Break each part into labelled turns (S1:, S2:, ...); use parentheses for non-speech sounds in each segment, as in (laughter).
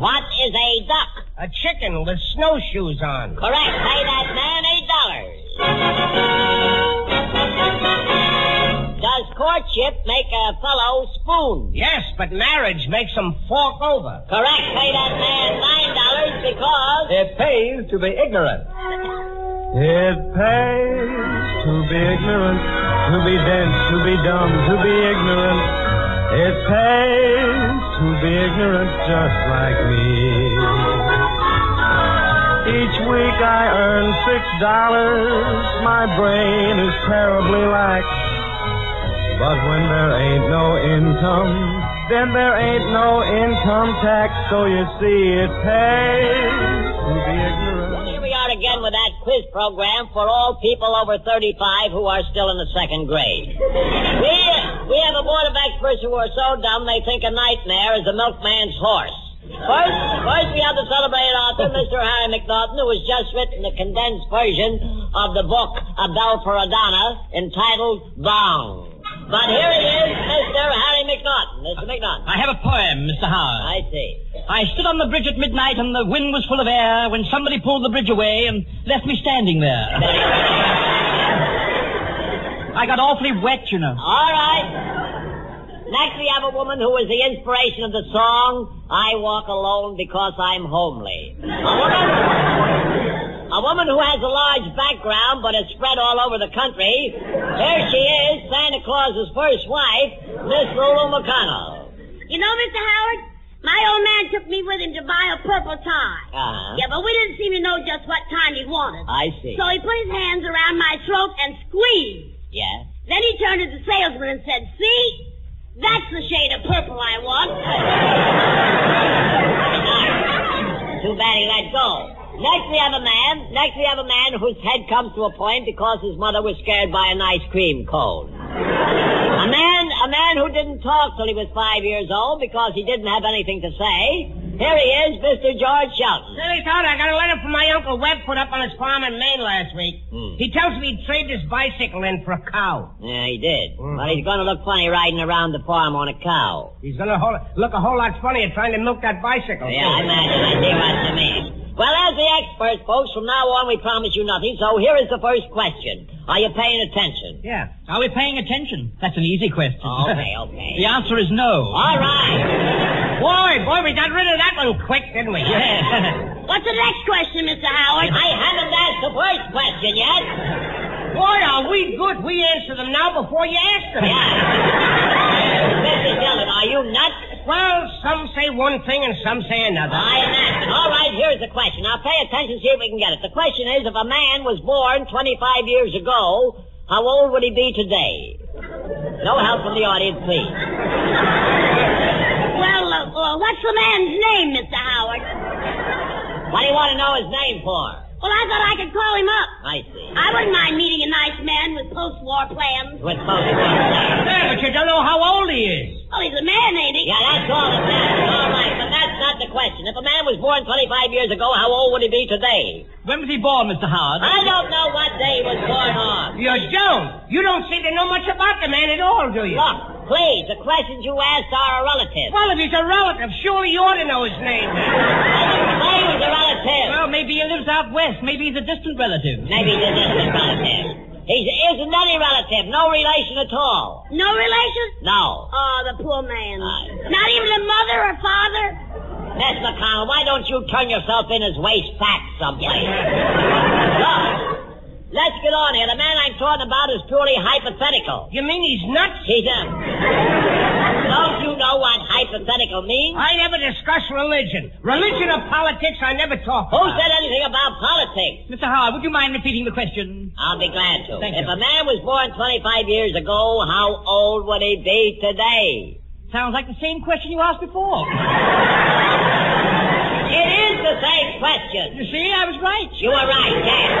S1: What is a duck?
S2: A chicken with snowshoes on.
S1: Correct. Pay that man eight dollars. Does courtship make a fellow spoon?
S2: Yes, but marriage makes them fork over.
S1: Correct. Pay that man nine dollars because
S2: It pays to be ignorant. It pays to be ignorant, to be dense, to be dumb, to be ignorant. It pays to be ignorant just like me. Each week I earn six dollars. My brain is terribly lax. But when there ain't no income, then there ain't no income tax. So you see, it pays to be ignorant.
S1: here we are again with that quiz program for all people over 35 who are still in the second grade. we, we have a board of experts who are so dumb they think a nightmare is a milkman's horse. First, first we have the celebrated author, Mr. Harry McNaughton, who has just written the condensed version of the book A Bell for Adana entitled Bong. But here it is, Mr. Harry McNaughton. Mr. McNaughton.
S3: I have a poem, Mr. Howard.
S1: I see.
S3: I stood on the bridge at midnight and the wind was full of air when somebody pulled the bridge away and left me standing there. I got awfully wet, you know.
S1: All right. Next, we have a woman who was the inspiration of the song "I Walk Alone Because I'm Homely." A woman, a woman who has a large background but is spread all over the country. There she is, Santa Claus's first wife, Miss Lulu McConnell.
S4: You know, Mr. Howard, my old man took me with him to buy a purple tie.
S1: Uh-huh.
S4: Yeah, but we didn't seem to know just what kind he wanted.
S1: I see.
S4: So he put his hands around my throat and squeezed.
S1: Yeah.
S4: Then he turned to the salesman and said, See? That's the shade of purple I want.
S1: Too bad he let go. Next we have a man. Next we have a man whose head comes to a point because his mother was scared by an ice cream cone. A man, a man who didn't talk till he was five years old because he didn't have anything to say. Here he is, Mr. George Shelton.
S2: Hey, Todd, I got a letter from my Uncle Webb put up on his farm in Maine last week.
S1: Hmm.
S2: He tells me he'd traded his bicycle in for a cow.
S1: Yeah, he did. But he's going to look funny riding around the farm on a cow.
S2: He's gonna whole, look a whole lot funnier trying to milk that bicycle.
S1: Yeah, I imagine. I see what you mean. Well, as the experts, folks, from now on we promise you nothing. So here is the first question. Are you paying (laughs) attention?
S2: Yeah.
S3: Are
S5: (laughs)
S3: we paying attention? That's an easy question.
S1: (laughs) Okay, okay.
S3: the answer is no.
S1: All right. Boy, boy, we got rid of that one quick, didn't (laughs) we? Yeah.
S4: What's the next question, Mr. Howard?
S1: I haven't asked the first question yet. Boy, are we good. We answer them now before you ask them. (laughs) Yeah. Mr. Dillon, are you nuts? Well, some say one thing and some say another. I imagine. All right, here's the question. Now pay attention, see if we can get it. The question is, if a man was born 25 years ago, how old would he be today? No help from the audience, please.
S4: Well, uh, uh, what's the man's name, Mr. Howard?
S1: What do you want to know his name for?
S4: Well, I thought I could call him up.
S1: I see.
S4: I wouldn't mind meeting a nice man with post-war plans.
S1: With both
S5: Yeah, but you don't know how old he is.
S4: Well, Oh, he's a man, ain't he?
S1: Yeah, that's all that matters. All right, but that's not the question. If a man was born 25 years ago, how old would he be today?
S5: When was he born, Mr. Howard?
S1: I don't know what day he was born on.
S5: You don't. You don't seem to know much about the man at all, do you?
S1: Look, please, the questions you asked are irrelative.
S5: Well, if he's a relative, surely you ought to know his name.
S1: Clay was a relative.
S5: Well, maybe he lives out west. Maybe he's a distant relative.
S1: Maybe this isn't a relative. He isn't any relative, no relation at all.
S4: No relation?
S1: No.
S4: Oh, the poor man.
S1: Aye.
S4: Not even a mother or father?
S1: Miss McConnell, why don't you turn yourself in as waste fat someplace? Look, let's get on here. The man I'm talking about is purely hypothetical.
S5: You mean he's nuts?
S1: He's a... Don't you know what hypothetical means?
S5: I never discuss religion. Religion or politics, I never talk
S1: Who
S5: about.
S1: said anything about politics?
S5: Mr. Howard, would you mind repeating the question?
S1: I'll be glad to.
S5: Thank
S1: if
S5: you.
S1: a man was born 25 years ago, how old would he be today?
S5: Sounds like the same question you asked before.
S1: It is the same question.
S5: You see, I was right.
S1: You were right, Dan.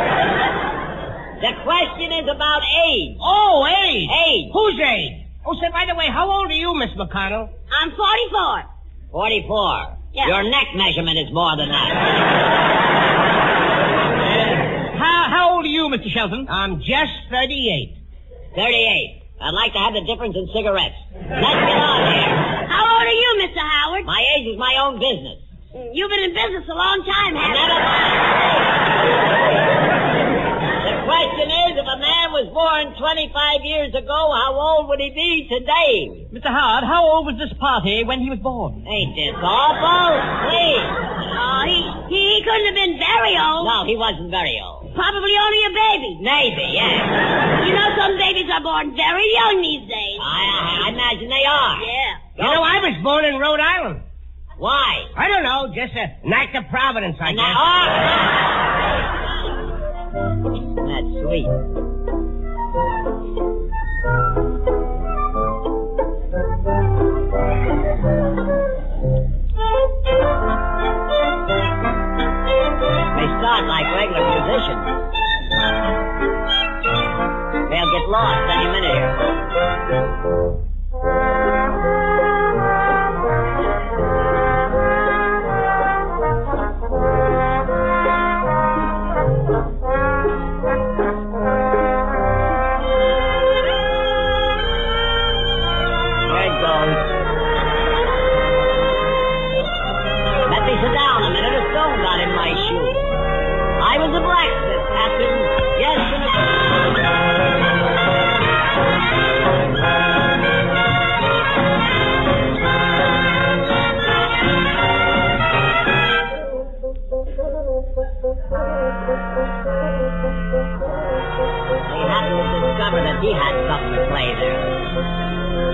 S1: The question is about age.
S5: Oh, age.
S1: Age.
S5: Whose age? Oh, say, by the way, how old are you, Miss McConnell?
S4: I'm 44.
S1: 44.
S4: Yeah.
S1: Your neck measurement is more than that.
S5: How, how old are you, Mr. Shelton? I'm just 38.
S1: 38. I'd like to have the difference in cigarettes. Let's get on here.
S4: How old are you, Mr. Howard?
S1: My age is my own business.
S4: You've been in business a long time, haven't you?
S1: Never mind. The question is, if a man was born 25 years ago, how old would he be today?
S5: Mr. Howard, how old was this party when he was born?
S1: Ain't this awful? Please.
S4: Oh, he, he, he couldn't have been very old.
S1: No, he wasn't very old.
S4: Probably only a baby.
S1: Maybe, yes.
S4: You know, some babies are born very young these days.
S1: I, I, I imagine they are.
S4: Yeah.
S5: You know, I was born in Rhode Island.
S1: Why?
S5: I don't know, just an act of providence, I
S1: Now,
S5: guess.
S1: all right. That's sweet. They start like regular musicians. They'll get lost any minute here. There it goes. Let me sit down a minute. A stone got in my shoe. I was a blacksmith, Captain. Yes, and a... They happened to discover that he had something to play there.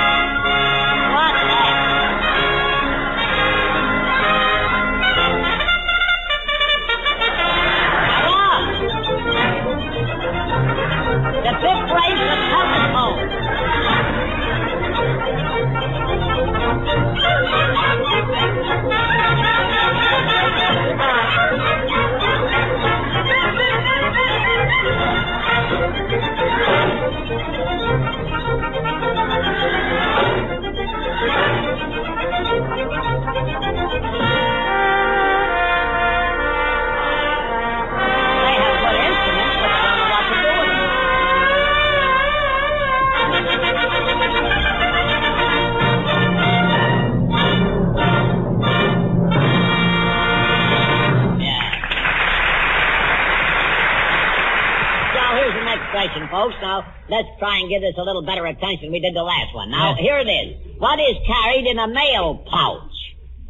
S1: What the heck? Hello? The fifth place of Puppet Hole.
S4: Thank you.
S1: illustration, folks. Now, let's try and give this a little better attention. We did the last one. Now, here it is. What is carried in a mail pouch?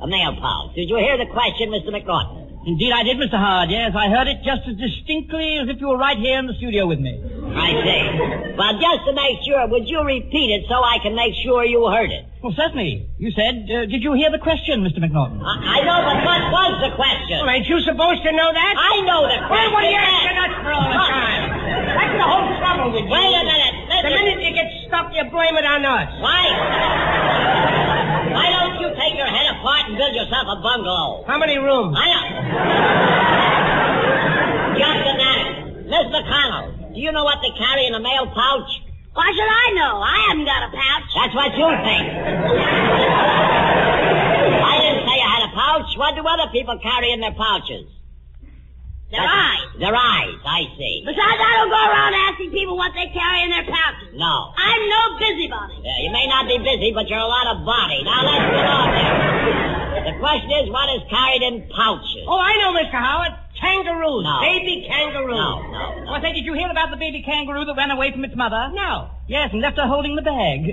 S1: A mail pouch. Did you hear the question, Mr. McNaughton?
S3: Indeed, I did, Mr. Hard. Yes, I heard it just as distinctly as if you were right here in the studio with me.
S1: I see. Well, just to make sure, would you repeat it so I can make sure you heard it?
S3: Well, certainly. You said, uh, did you hear the question, Mr. McNaughton?
S1: I, I know, but what was the question?
S5: Ain't you supposed to know that?
S1: I know the question.
S5: Well, what are you asking us for all the time? That's the whole trouble with you.
S1: Wait a minute. Listen.
S5: The minute you get stuck, you blame it on us.
S1: Why? Why don't you take your head apart and build yourself a bungalow?
S5: How many rooms?
S1: I don't. Just a minute. Miss McConnell, do you know what they carry in a mail pouch?
S4: Why should I know? I haven't got a pouch.
S1: That's what you think. I didn't say I had a pouch. What do other people carry in their pouches?
S4: Their eyes.
S1: Their eyes, I see.
S4: Besides, I don't go around asking people what they carry in their pouches.
S1: No.
S4: I'm no busybody.
S1: Yeah, you may not be busy, but you're a lot of body. Now let's get on there. The question is, what is carried in pouches?
S5: Oh, I know, Mr. Howard. Kangaroos.
S1: No.
S5: Baby kangaroos.
S1: No, no, no.
S3: Well, say, Oh, did you hear about the baby kangaroo that ran away from its mother? No. Yes, and left her holding the bag.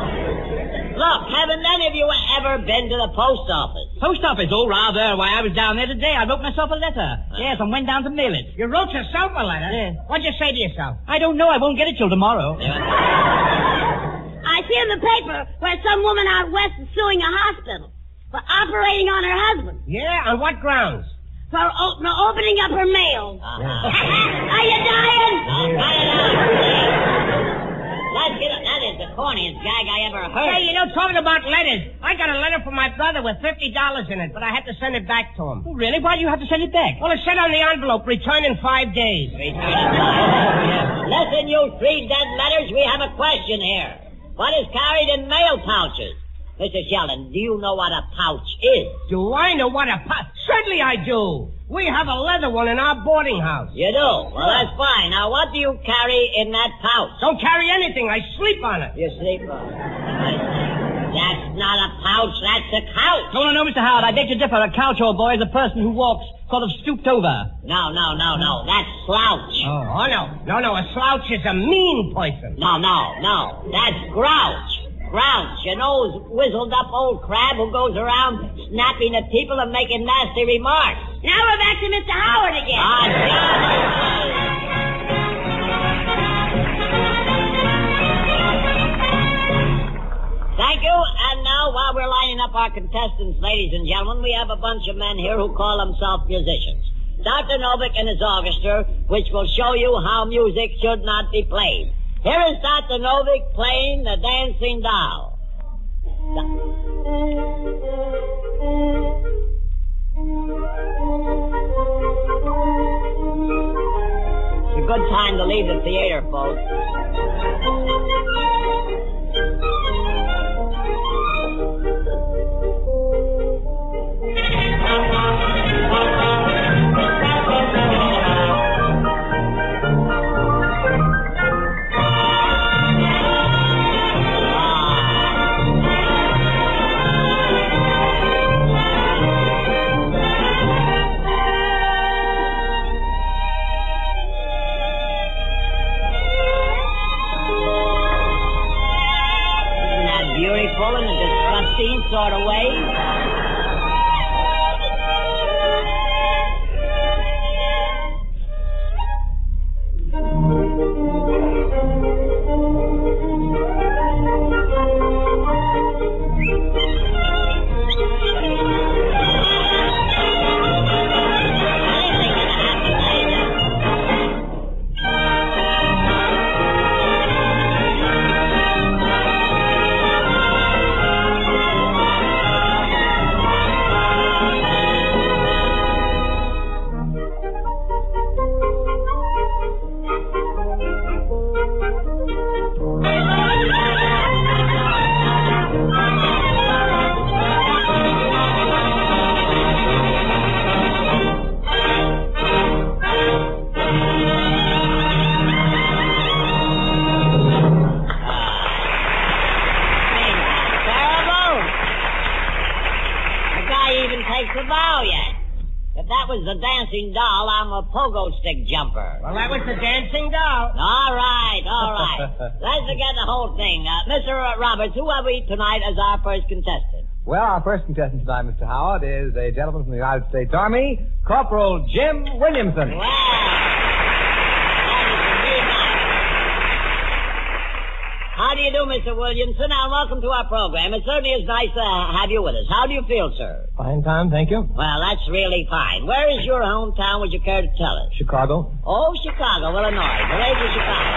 S1: Look, haven't any of you ever been to the post office?
S3: Post office, oh rather. Why, I was down there today. I wrote myself a letter. Yes, and went down to mail it.
S5: You wrote yourself a letter.
S3: Yes.
S5: What'd you say to yourself?
S3: I don't know. I won't get it till tomorrow.
S4: I see in the paper where some woman out west is suing a hospital for operating on her husband
S5: Yeah, on what grounds?
S4: for, o- for opening up her mail. (laughs) Are you dying?
S1: Cut it out, please. Let's get it. That is the corniest gag I ever heard.
S5: Hey, you know, talking about letters, I got a letter from my brother with $50 in it, but I had to send it back to him.
S3: Oh, really? Why do you have to send it back?
S5: Well, it said on the envelope, return in five days.
S1: Listen, you three dead letters, we have a question here. What is carried in mail pouches? Mr. Sheldon, do you know what a pouch is?
S5: Do I know what a pot? Certainly I do. We have a leather one in our boarding house.
S1: You do? Well, that's fine. Now, what do you carry in that pouch?
S5: Don't carry anything. I sleep on it.
S1: You sleep on it. That's not a pouch, that's a couch.
S3: No, no, no, Mr. Howard. I beg to differ. A couch or boy is a person who walks sort of stooped over.
S1: No, no, no, no. That's slouch.
S5: Oh, no. No, no. A slouch is a mean person.
S1: No, no, no. That's grouch. Grouch, you know, wizzled up old crab who goes around snapping at people and making nasty remarks.
S4: Now we're back to Mr. Howard again. (laughs)
S1: Ah, God. Thank you. And now, while we're lining up our contestants, ladies and gentlemen, we have a bunch of men here who call themselves musicians. Dr. Novick and his orchestra, which will show you how music should not be played. Here is Dr. Novick playing the Dancing Doll. It's a good time to leave the theater, folks. dancing doll, I'm a pogo stick jumper.
S5: Well, that was the dancing doll.
S1: All right, all right. Let's forget the whole thing. Uh, Mr. Roberts, who are we tonight as our first contestant?
S2: Well, our first contestant tonight, Mr. Howard, is a gentleman from the United States Army, Corporal Jim Williamson.
S1: Wow. That is a new night. How do you do, Mr. Williamson, and welcome to our program. It certainly is nice to have you with us. How do you feel, sir?
S2: Fine time, thank you.
S1: Well, that's really fine. Where is your hometown? Would you care to tell us?
S2: Chicago.
S1: Oh, Chicago, Illinois. Great is Chicago.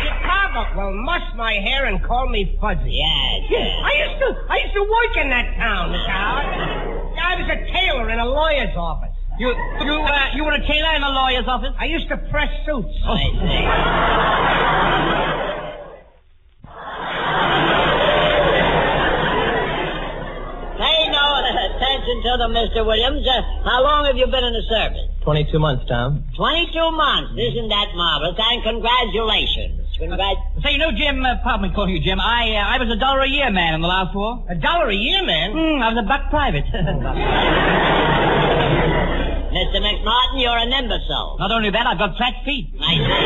S5: Chicago will mush my hair and call me fuzzy.
S1: Yes, yes.
S5: I used to, I used to work in that town, Mr. Howard. I was a tailor in a lawyer's office. You, you, uh, you were a tailor in a lawyer's office? I used to press suits.
S1: I see. Pay no uh, attention to them, Mr. Williams. Uh, how long have you been in the service?
S2: 22 months, Tom.
S1: 22 months. Isn't that marvelous? And congratulations. Congrat-
S3: Say, you know, Jim, uh, pardon me calling you Jim, I uh, I was a dollar a year man in the last war.
S5: A dollar Oh, a year, man?
S3: Hmm, I was a buck
S5: (laughs)
S3: private.
S1: Mr. McNaughton, you're an imbecile.
S3: Not only that, I've got flat feet.
S1: I see.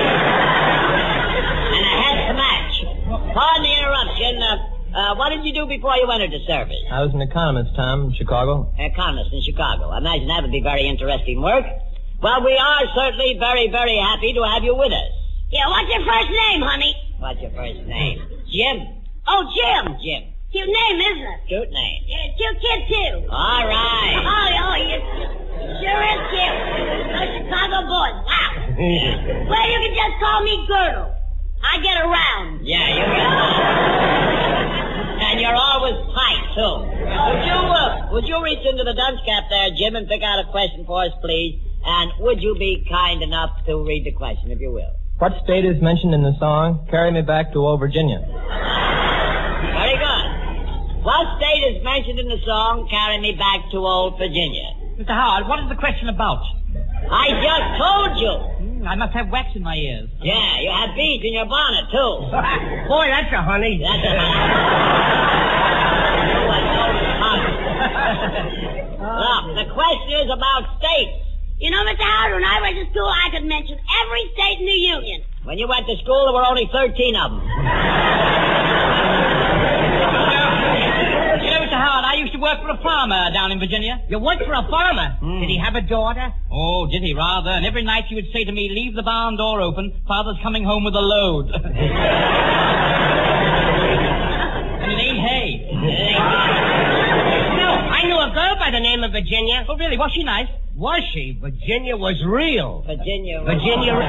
S1: and a head to match. Pardon the interruption. Uh, uh, what did you do before you entered the service?
S2: I was an economist, Tom, in Chicago.
S1: economist in Chicago. I imagine that would be very interesting work. Well, we are certainly very, very happy to have you with us.
S4: Yeah, what's your first name, honey?
S1: What's your first name? Jim.
S4: Oh, Jim.
S1: Jim.
S4: Cute name, isn't it?
S1: Cute name.
S4: Yeah, cute kid, too.
S1: All
S4: Oh,
S1: right.
S4: oh, you sure is cute. A Chicago boy.
S1: (laughs)
S4: Wow. Well, you can just call me Girdle. I get around.
S1: Yeah, you got it. And you're always tight, too. Would you, uh, would you reach into the dunce cap there, Jim, and pick out a question for us, please? And would you be kind enough to read the question, if you will?
S2: What state is mentioned in the song, Carry Me Back to Old Virginia?
S1: Very good. What state is mentioned in the song, Carry Me Back to Old Virginia?
S3: Mr. Howard, what is the question about?
S1: I just told you.
S3: Hmm, I must have wax in my ears.
S1: Yeah, you have bees in your bonnet, too.
S5: Boy, that's a (laughs) honey.
S1: That's a Look, the question is about states.
S4: You know, Mr. Howard, when I went to school, I could mention every state in the Union.
S1: When you went to school, there were only 13 of them.
S3: You know, Mr. Howard, I used to work for a farmer down in Virginia.
S5: You worked for a farmer. Did he have a daughter?
S3: Hmm. Oh, did he rather? And every night he would say to me, leave the barn door open. Father's coming home with a load. (laughs) and it ain't hay.
S5: No, I knew a girl by the name of Virginia.
S3: Oh, really? Was she nice?
S5: Was she? Virginia was real.
S1: Virginia. was-
S5: Virginia.
S3: (laughs)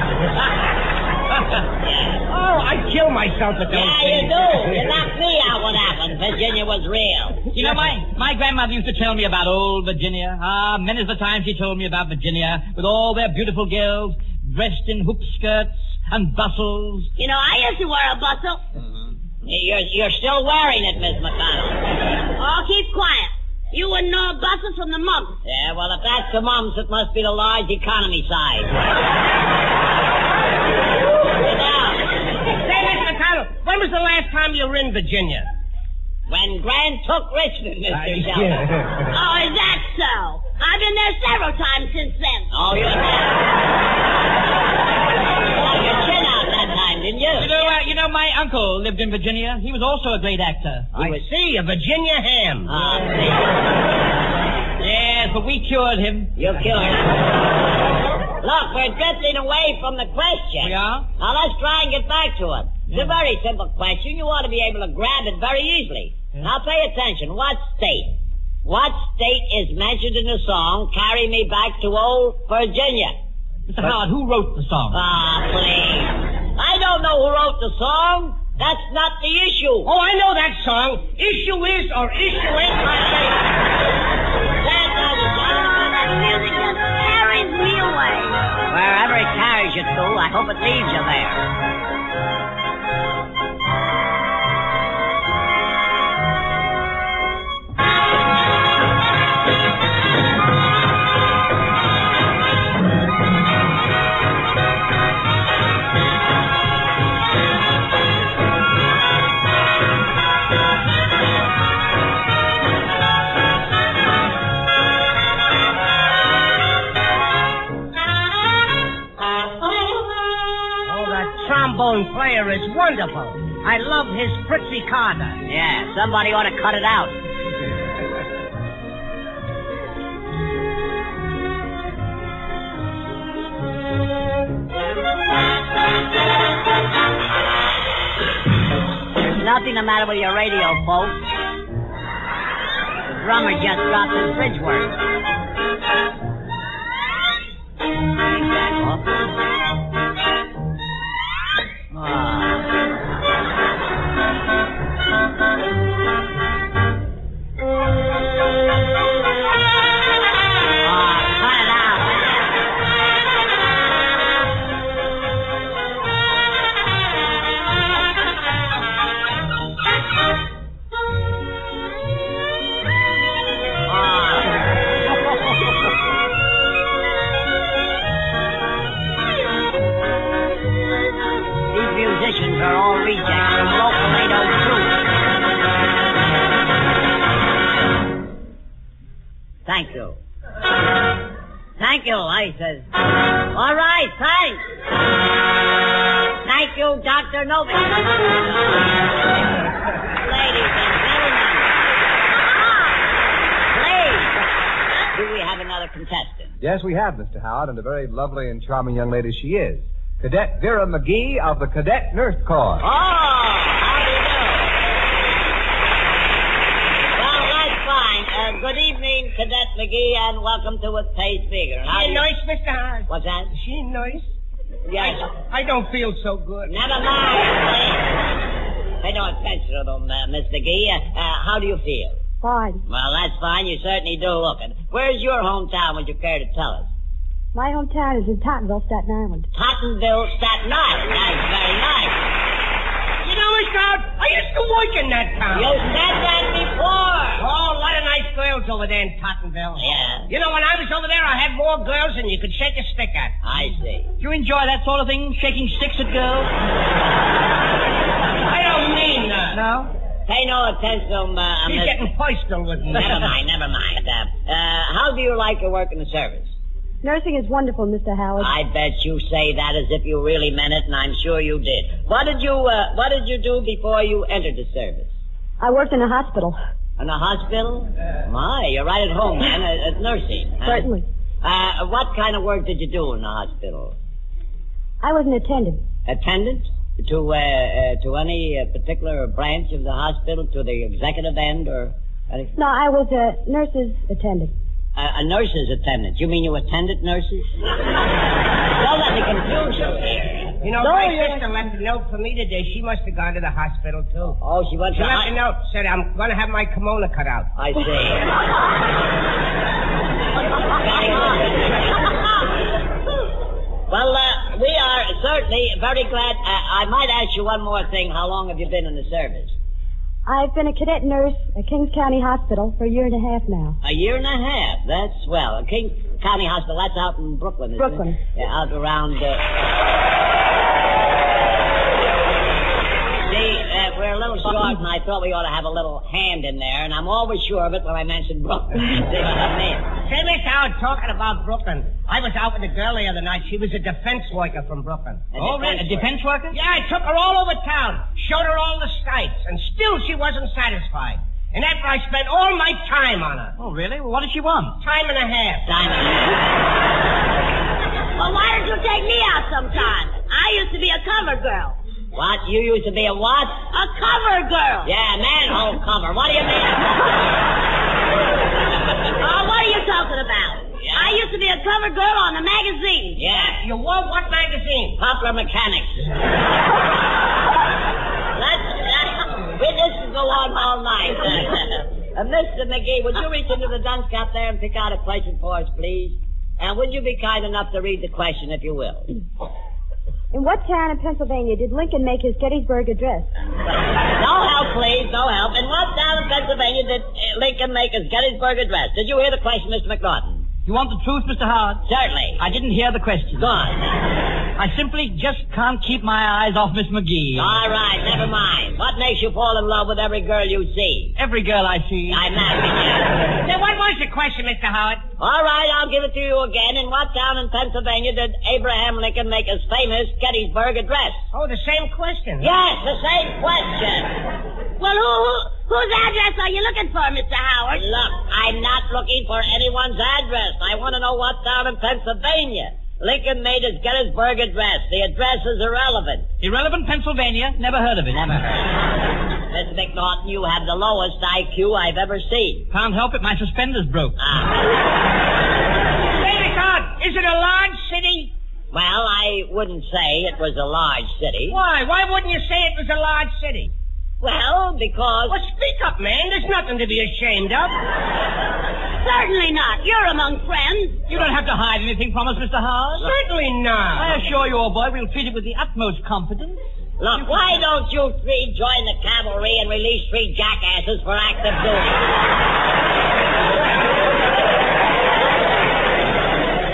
S1: (laughs)
S5: oh, I'd kill myself at those
S1: Yeah, you
S5: things. (laughs)
S1: do. You knocked me out with that one. Virginia was real.
S3: You know, my, my grandmother used to tell me about old Virginia. Ah, many's the time she told me about Virginia, with all their beautiful girls dressed in hoop skirts and bustles.
S4: You know, I used to wear a bustle.
S1: Mm-hmm. You're, you're still wearing it, Miss McConnell.
S4: Oh, keep quiet. You wouldn't know a bustle from the mumps.
S1: Yeah, well, if that's the mums, it must be the large economy size.
S4: (laughs)
S1: Sit down.
S5: Say, Mr. McConnell, when was the last time you were in Virginia?
S1: When Grant took Richmond, Mr. Sheldon.
S4: Oh, is that so? I've been there several times since then.
S1: Oh, you had your chin out that time, didn't you?
S3: You know, uh, you know, my uncle lived in Virginia. He was also a great actor. Ah.
S5: I see, a Virginia ham.
S1: Oh, see,
S3: Yes, but we cured him.
S1: you killed him. Look, we're drifting away from the question.
S3: We are?
S1: Now let's try and get back to it. It's a very simple question. You ought to be able to grab it very easily. Now pay attention. What state? What state is mentioned in the song "Carry Me Back to Old Virginia"?
S3: Mr. Howard, who wrote the song?
S1: Ah, please. I don't know who wrote the song. That's not the issue.
S5: Oh, I know that song. Issue is or issue ain't my name.
S1: That's not the song.
S4: Oh, that music just carries me away.
S1: Wherever it carries you to, I hope it leaves you there.
S4: Thank
S5: Oh, trombone player is wonderful. I love his Fritzy Carter.
S1: Yeah, somebody ought to cut it out. There's nothing the matter with your radio, folks. The drummer just dropped his bridge work. Oh. Ah. Ah, cut it out. Ah. These musicians are all rejects from local they don't choose. Thank you. Thank you, I says. All right, thanks. Thank you, Dr. Novik. Ladies and gentlemen. Ah, Please. Do we have another contestant?
S2: Yes, we have, Mr. Howard, and a very lovely and charming young lady she is. Cadet Vera McGee of the Cadet Nurse Corps.
S1: Oh, how do you do? Well, that's fine. Uh, good evening, Cadet McGee, and welcome to It Pays Bigger. How do
S5: She
S1: you...
S5: nice, Mr. Howard.
S1: What's that?
S5: She nice.
S1: Yes.
S5: I don't feel so good.
S1: Never mind. please. Pay no attention to them, uh, Miss McGee. Uh, uh, how do you feel?
S6: Fine.
S1: Well, that's fine. You certainly do look. And where's your hometown? Would you care to tell us?
S6: My hometown is in Tottenville, Staten Island.
S1: Tottenville, Staten Island. That's very nice.
S5: You know, Mr. Howard, I used to work in that town.
S1: You said that before.
S5: Oh, a lot of nice girls over there in Tottenville.
S1: Yeah.
S5: You know, when I was over there, I had more girls than you could shake a stick at.
S1: I see.
S3: Do you enjoy that sort of thing? Shaking sticks at girls?
S5: I don't mean that. No?
S1: Pay no attention to them, uh,
S5: He's
S1: Miss-
S5: getting personal with me.
S1: Never mind, never mind. Uh, uh, how do you like your work in the service?
S6: Nursing is wonderful, Mr. Howard.
S1: I bet you say that as if you really meant it, and I'm sure you did. What did you uh, What did you do before you entered the service?
S6: I worked in a hospital.
S1: In a hospital? My, you're right at home, man. At, at nursing. huh?
S6: Certainly.
S1: Uh, what kind of work did you do in the hospital?
S6: I was an attendant.
S1: Attendant to uh, uh, to any uh, particular branch of the hospital, to the executive end, or any,
S6: No, I was a nurse's attendant.
S1: uh, a nurse's attendant? You mean you attended nurses? (laughs) Don't let me confuse you here.
S5: You know,
S1: No,
S5: my
S1: yeah.
S5: sister left a note for me today. She must have gone to the hospital, too.
S1: Oh, she went
S5: She
S1: to hi-
S5: left a note, said, I'm going to have my kimono cut out.
S1: I see. Very good. well, uh, we are certainly very glad. Uh, I might ask you one more thing. How long have you been in the service?
S6: I've been a cadet nurse at Kings County Hospital for a year and a half now.
S1: A year and a half. That's well. King County Hospital. That's out in Brooklyn. Isn't
S6: Brooklyn.
S1: It? Yeah, out around. Uh... See, uh, we're a little short, and I thought we ought to have a little hand in there. And I'm always sure of it when I mention Brooklyn. (laughs) See what I mean?
S5: Say, Miss Howard, talking about Brooklyn. I was out with a girl the other night. She was a defense worker from Brooklyn.
S1: A defense
S5: oh, really?
S1: worker?
S5: A defense worker? Yeah, I took her all over town, showed her all the sights, and still she wasn't satisfied. And after I spent all my time on her.
S3: Oh, really? Well, what does she want?
S5: Time and a half.
S1: Diamond.
S4: Well, why don't you take me out sometime? I used to be a cover girl.
S1: What? You used to be a what?
S4: A cover girl.
S1: Yeah, manhole cover. What do you
S4: (laughs)
S1: mean?
S4: Oh, what are you talking about?
S1: Yeah.
S4: I used to be a cover girl on the magazine.
S1: yeah,
S5: You wore what magazine?
S1: popular mechanics. Let's, uh, we- this can go on all night. Uh, Mr. McGee, would you reach into the dunce cap there and pick out a question for us, please? And would you be kind enough to read the question, if you will?
S6: In what town in Pennsylvania did Lincoln make his Gettysburg Address?
S1: No help, please. No help. And what town in Pennsylvania did uh, Lincoln make his Gettysburg Address? Did you hear the question, Mr. McNaughton?
S3: You want the truth, Mr. Howard?
S1: Certainly.
S3: I didn't hear the question.
S1: Go on.
S3: I simply just can't keep my eyes off Miss McGee.
S5: Ah.
S1: All right, never mind. What makes you fall in love with every girl you see?
S3: Every girl I see.
S1: I married you.
S5: Now, what was the question, Mr. Howard?
S1: All right, I'll give it to you again. In what town in Pennsylvania did Abraham Lincoln make his famous Gettysburg Address?
S5: Oh, the same question.
S1: Yes, the same question.
S4: Well, who, who, whose address are you looking for, Mr. Howard?
S1: Look, I'm not looking for anyone's address. I want to know what town in Pennsylvania Lincoln made his Gettysburg Address. The address is irrelevant.
S3: Irrelevant, Pennsylvania. Never heard of it. Never
S1: Miss McNaughton, you have the lowest IQ I've ever seen. Ah.
S3: Can't help it. My suspender's broke.
S5: Thank God. Is it a large city?
S1: Well, I wouldn't say it was a large city.
S5: Why? Why wouldn't you say it was a large city?
S1: Well, because...
S5: Well, speak up, man. There's nothing to be ashamed of.
S4: Certainly not. You're among friends.
S3: You don't have to hide anything from us, Mr. Howard.
S5: Certainly not.
S3: I assure you, old boy, we'll treat it with the utmost confidence.
S1: Look, why don't you three join the cavalry and release three jackasses for active duty?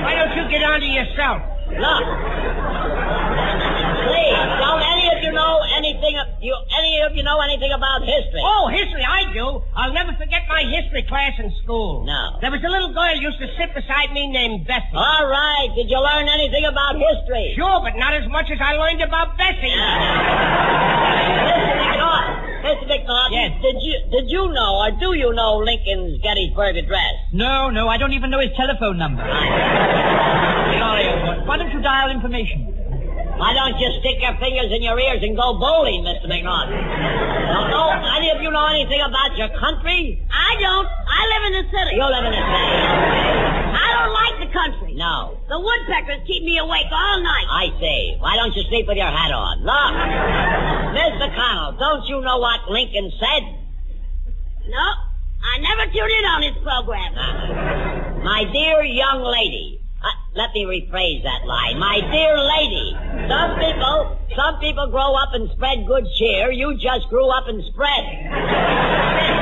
S5: Why don't you get on to yourself?
S1: Look. Please, don't any of you know anything? You any of you know anything about history?
S5: Oh, history, I do. I'll never forget my history class in school.
S1: No.
S5: There was a little girl used to sit beside me named Bessie.
S1: All right. Did you learn anything about history?
S5: Sure, but not as much as I learned about Bessie.
S1: Mr. McNaught- Mr. McNaughton,
S3: Yes.
S1: did you did you know or do you know Lincoln's Gettysburg Address?
S3: No, no, I don't even know his telephone number. Sorry, old boy. Why don't you dial information?
S1: Why don't you stick your fingers in your ears and go bowling, Mr. McNaughton? Don't know, any of you know anything about your country?
S4: I don't. I live in the city.
S1: You live in a city.
S4: I don't like the country.
S1: No.
S4: The woodpeckers keep me awake all night.
S1: I see. Why don't you sleep with your hat on? Look. Miss McConnell, don't you know what Lincoln said?
S4: No, I never tuned in on his program.
S1: Uh-huh. My dear young lady. Uh, let me rephrase that line. My dear lady. Some people, some people grow up and spread good cheer. You just grew up and spread.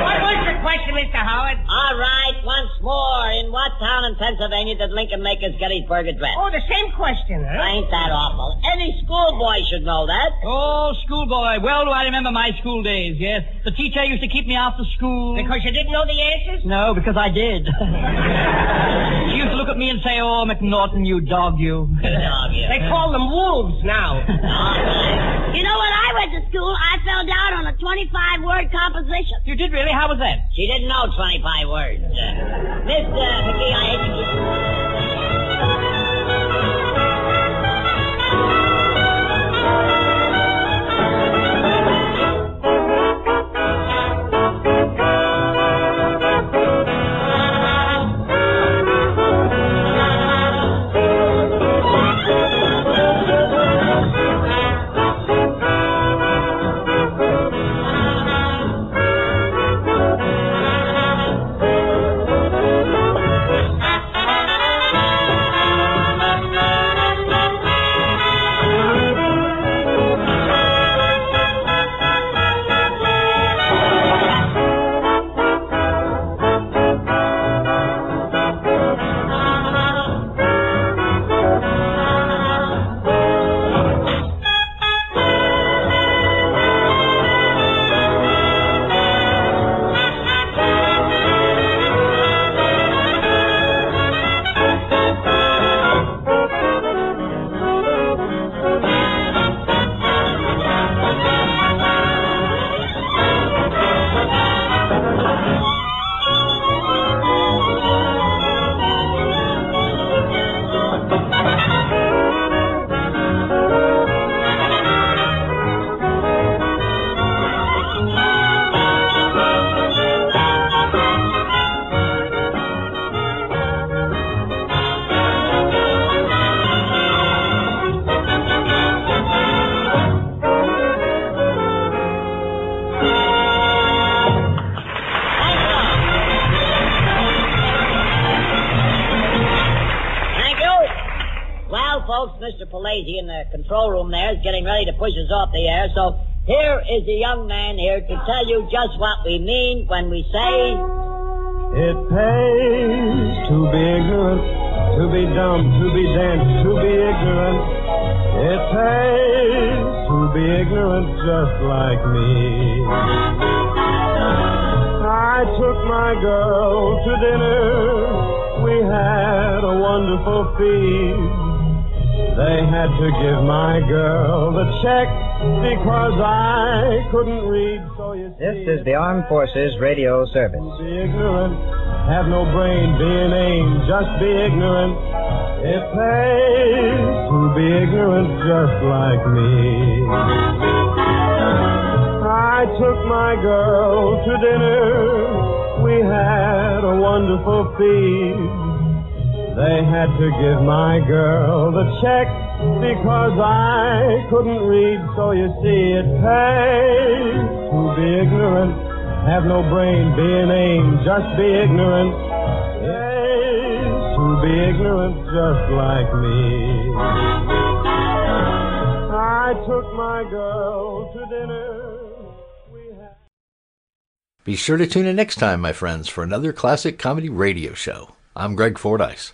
S5: What was the question, Mr. Howard?
S1: All right, once more. In what town in Pennsylvania did Lincoln make his Gettysburg Address?
S5: Oh, the same question, huh?
S1: Ain't that awful? Any schoolboy should know that.
S3: Oh, schoolboy. Well, do I remember my school days, yes. The teacher used to keep me after school.
S5: Because you didn't know the answers?
S3: No, because I did. (laughs) she used to look at me and say, Oh, McNaughton, you dog, you.
S1: (laughs) Dog, you.
S5: They call them wolves now.
S1: (laughs) All right.
S4: You know, when I went to school, I fell down on a 25 word composition.
S3: you did really? How was that?
S1: She didn't know 25 words. Uh, Miss uh, McGee, I hate to keep... Thank you. Well, folks, Mr. Palazzi in the control room there is getting ready to push us off the air, so here is the young man here to tell you just what we mean when we say...
S2: It pays to be ignorant, to be dumb, to be dense, to be ignorant. It pays to be ignorant just like me. I took my girl to dinner.
S5: we had a wonderful feed. They had to give my girl the check because I couldn't read, so you see.
S7: This is the Armed Forces Radio Service.
S5: Be ignorant, have no brain, be inane, just be ignorant. It pays to be ignorant just like me. I took my girl to dinner. We had a wonderful feed. They had to give my girl the check because I couldn't read, so you see it pays to be ignorant. Have no brain, be inane, just be ignorant. Pays to be ignorant just like me. I took my girl to dinner.
S8: Be sure to tune in next time, my friends, for another classic comedy radio show. I'm Greg Fordyce.